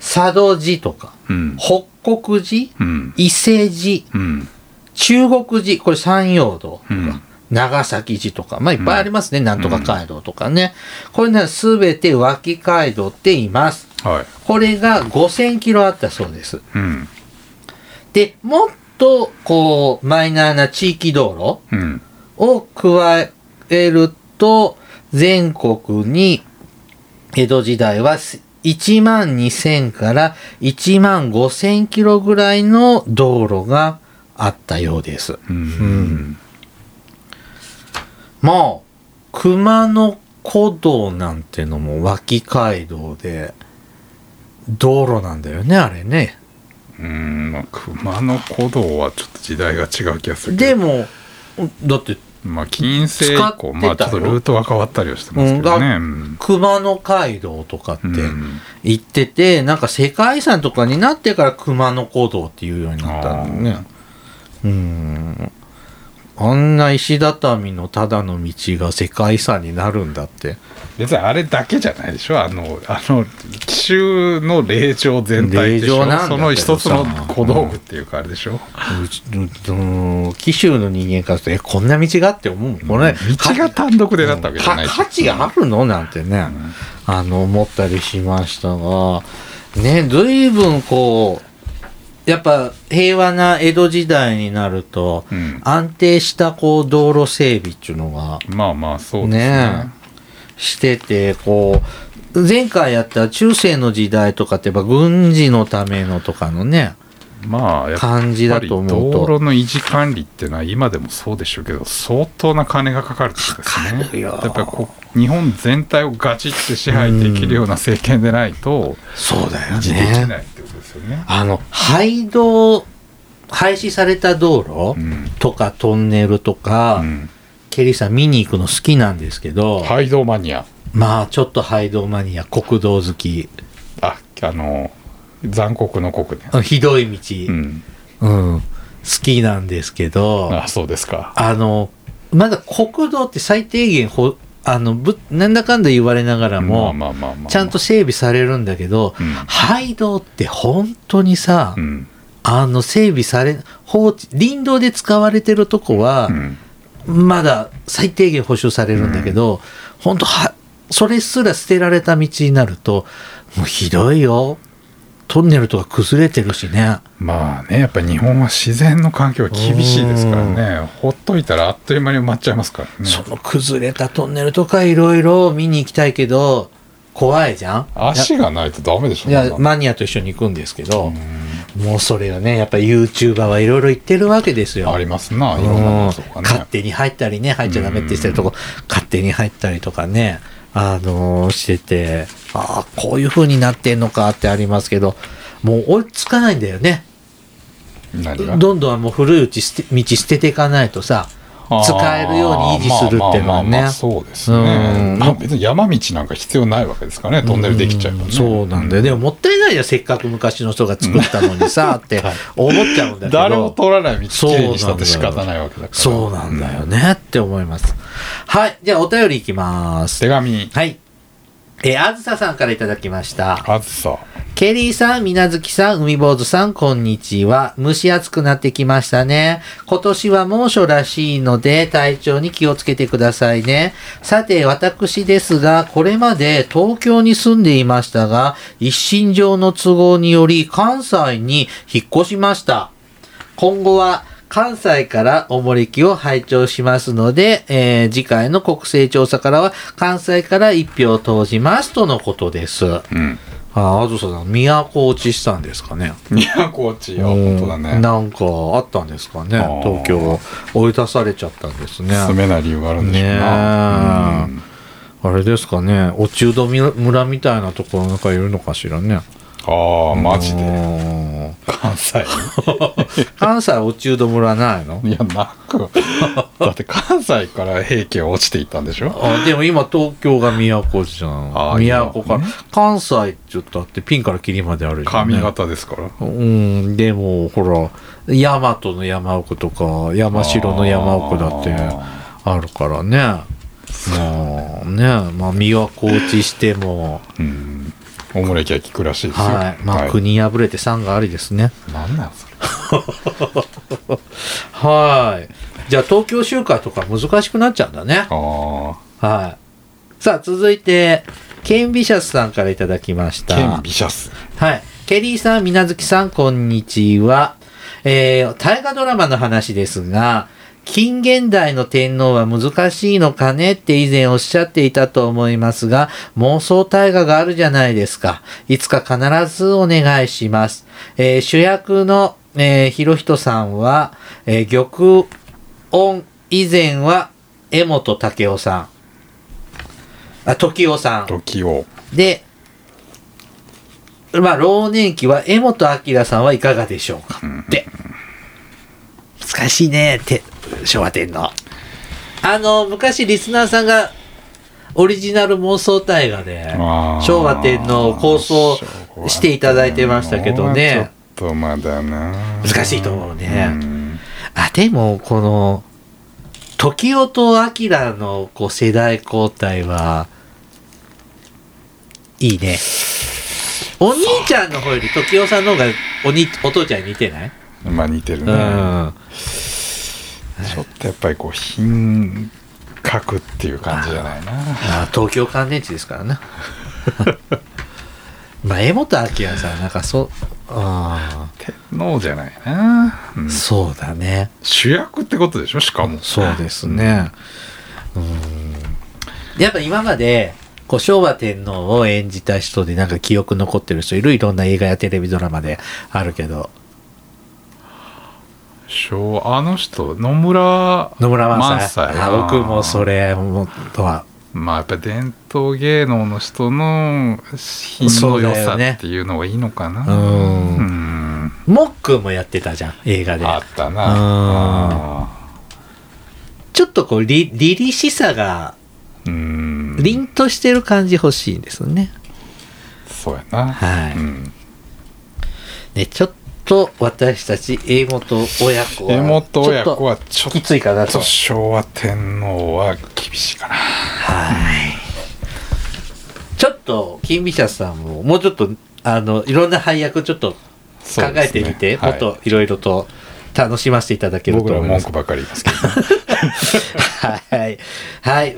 A: 佐渡寺とか、
B: うん
A: 北国寺、
B: うん
A: 伊勢寺、
B: うん
A: 中国寺、これ山陽道とか、
B: うん
A: 長崎寺とか、まあいっぱいありますね。なんとか街道とかね。これね、すべて脇街道って言います。
B: はい
A: これが5000キロあったそうです。
B: うん
A: で、もっと、こう、マイナーな地域道路、
B: うん
A: を加えると、全国に江戸時代は1万2000から1万5000キロぐらいの道路があったようです。
B: うん
A: もう、熊野古道なんてのも脇街道で、道路なんだよね、あれね。
B: うん、まあ、熊野古道はちょっと時代が違う気がするけ
A: で
B: ど
A: も、だって、
B: まあ近世以
A: 使ってた
B: 降
A: よ
B: まあちょっとルートは変わったりはしてますけどねうん
A: 熊野街道とかって、
B: うん
A: 行っててなんか世界遺産とかになってから熊野古道っていうようになったんだよねうんあんな石畳のただの道が世界遺産になるんだって
B: 別にあれだけじゃないでしょあのあの紀州の霊場全体でし
A: 霊
B: ょ
A: 場なんだけどさ
B: その一つの小道具っていうかあれでしょ、
A: うちうん紀州の人間からするとえこんな道がって思うもんこれ
B: 道が単独でなったわけじゃない
A: か価値があるのなんてね、あの思ったりしましたがね随分こうやっぱ平和な江戸時代になると、
B: うん
A: 安定したこう道路整備っていうのが
B: まあまあそうですね
A: ねしててこう前回やった中世の時代とかってやっぱ軍事のためのとかのね
B: まあやっぱ
A: 感じだ
B: り
A: と
B: 道
A: 思うと
B: 路の維持管理っていうのは今でもそうでしょうけど相当な金がかかるってことですね
A: かかるよ
B: やっぱりこう日本全体をガチって支配できるような政権でないと
A: そうだよ
B: 維持できないってことですよね。
A: あの廃道廃止された道路
B: うん
A: とかトンネルとか、
B: うん
A: ケリーさん見に行くの好きなんですけど、
B: 廃道マニア
A: まあちょっと廃道マニア国道好き
B: ああの残酷の国ね。
A: ひどいう道、
B: ん、
A: うん好きなんですけど
B: あそうですか。
A: あのまだ国道って最低限ほあのぶなんだかんだ言われながらも、
B: まあまあまあまあまあ
A: ちゃんと整備されるんだけど、
B: うん
A: 廃道って本当にさ、
B: うん
A: あの整備され放置林道で使われてるとこは
B: う、ん
A: まだ最低限保証されるんだけど、本当は、それすら捨てられた道になると、もうひどいよ。トンネルとか崩れてるしね。
B: まあねやっぱり日本は自然の環境が厳しいですからねほっといたらあっという間に埋まっちゃいますからね。
A: その崩れたトンネルとかいろいろ見に行きたいけど、怖いじゃん
B: 足がないとダメでしょ
A: いや、い
B: そ
A: や
B: んな
A: マニアと一緒に行くんですけど、もうそれをね、やっぱ YouTuber はいろいろ言ってるわけですよ。
B: ありますな
A: う
B: い
A: ん
B: ろんなものとかね
A: 勝手に入ったりね、入っちゃダメって言ってるとこ、勝手に入ったりとかね、あのーしてて、ああ、こういう風になってんのかってありますけど、もう追いつかないんだよね。
B: 何が
A: どんどんもう古いうち捨て道捨てていかないとさ、使えるように維持するっていうのは
B: まあまあまあま
A: ね
B: あ。そうです
A: う
B: ね
A: ん。
B: まあ別に山道なんか必要ないわけですからね。トンネルできちゃえばね。
A: そうなんだよ。でももったいないじゃん、せっかく昔の人が作ったのにさ、って思っちゃうんだけど。
B: 誰も通らない道き
A: そう
B: れ
A: ないんだよ
B: にしたって仕方ないわけだから。
A: そうなんだよねって思います。はい。じゃあお便りいきます
B: 手。紙、
A: はい。えーあずささんからいただきました。
B: あずさ、
A: ケリーさん、みなずきさん、海坊主さん、こんにちは。蒸し暑くなってきましたね。今年は猛暑らしいので、体調に気をつけてくださいね。さて、私ですが、これまで東京に住んでいましたが、一身上の都合により関西に引っ越しました。今後は関西からおもれきを拝聴しますので、えー次回の国勢調査からは関西から一票を投じますとのことです。
B: うん、
A: ああずささん都落ちしたんですかね
B: 宮古地よ、本当だ
A: うん
B: ね。
A: なんかあったんですかね
B: あー
A: 東京追い出されちゃったんですね
B: 住めない理由があるんでしょうな。
A: ねえあれですかね落ちうどみ村みたいなところなんかいるのかしらね
B: ああ、マジで。
A: で
B: 関西。
A: 関西落ちうど村ないの
B: いや、なく。 だって関西から平家落ちていったんでしょ
A: あでも今東京が都じゃ
B: あ
A: ん
B: ー
A: 都から
B: 今
A: 関西ちょっとあってピンからキリまであるじゃんね
B: 髪型ですから。
A: うん、でも、ほら、大和の山奥とか、山城の山奥だって
B: あ
A: あるからね。もうね、まあ、身は高知しても、
B: うん。おもれ きは聞くらしいですよ。
A: はい。まあ、
B: はい
A: 国破れて3がありですね。
B: なんなんそれ。
A: はい。じゃあ、東京集会とか難しくなっちゃうんだね。
B: あ
A: はい。さあ、続いて、ケンビシャスさんからいただきまし
B: あ、
A: た。
B: ケンビシャス。
A: はい。ケリーさん、みなずきさん、こんにちは。えー、大河ドラマの話ですが、近現代の天皇は難しいのかねって以前おっしゃっていたと思いますが、妄想大河があるじゃないですか。いつか必ずお願いします。えー主役の、えー、ひろひとさんは、えー玉音以前は、江本武雄さん。あ、時雄さん。
B: 時を。
A: で、まあ、老年期は江本明さんはいかがでしょうかって。難しいねって、昭和天皇。あの、昔リスナーさんがオリジナル妄想大河で、
B: あー
A: 昭和天皇を構想していただいてましたけどね。
B: 昭和天皇はちょっとまだな。
A: 難しいと思うね
B: ん
A: あ、でも、この、時代と明のこう世代交代は、いいね。お兄ちゃんの方より時代さんの方がおにお父ちゃんに似てない
B: まあ似てる
A: う
B: ね。
A: ん。
B: ちょっとやっぱりこう、品格っていう感じじゃないな。
A: まあ、東京乾電池です からね。まあ、江本明さん、なんかそう、あ
B: 天皇じゃないな。うん
A: あ、そうだね。
B: 主役ってことでしょしかも。
A: そうですね。うん。やっぱ今まで、こう昭和天皇を演じた人でなんか記憶残ってる人いるいろんな映画やテレビドラマであるけど。
B: 昭和あの人野村
A: 野村萬
B: 萬
A: 斎。
B: 斎
A: あ僕もそれ、もっとは。
B: まあやっぱり伝統芸能の人の品の良さっていうのがいいのかな
A: そうだよねうん
B: ん
A: モックンもやってたじゃん、映画で。
B: あったなあ
A: ちょっとこう、り凛々しさが、
B: ーうん
A: 凛としてる感じ欲しいんですよね。
B: そうやな
A: はい
B: うん
A: ね、ちょっと私たち、江本親子は。
B: 江本親子はち
A: ちょ
B: ょ
A: っとき
B: っ
A: ついかなと
B: と。昭和天皇は厳しいかな
A: はい。ちょっと、金美社さんも、もうちょっと、あの、いろんな配役ちょっと考
B: そうで
A: え
B: すね
A: てみて、
B: はい
A: もっといろいろと楽しませていただける
B: 僕
A: と
B: ら
A: 思
B: は
A: ま
B: い文
A: す
B: 句。ばかり言いますけどね
A: はい。はい。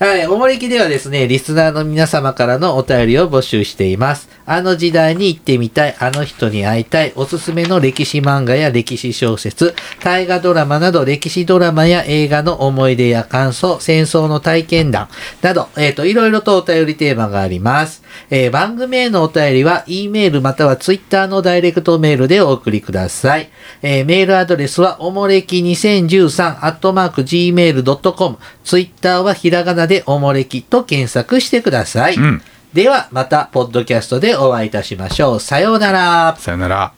A: はい。おもれきではですね、リスナーの皆様からのお便りを募集しています。あの時代に行ってみたい、あの人に会いたい、おすすめの歴史漫画や歴史小説、大河ドラマなど歴史ドラマや映画の思い出や感想、戦争の体験談など、えっ、と、いろいろとお便りテーマがあります。えー番組へのお便りは、E メールまたは Twitter のダイレクトメールでお送りください。えーメールアドレスは、おもれき2013、アットマーク、gmail.com。Twitter はひらがなでおもれきと検索してください。
B: うん
A: では、また、ポッドキャストでお会いいたしましょう。さようなら。
B: さよなら。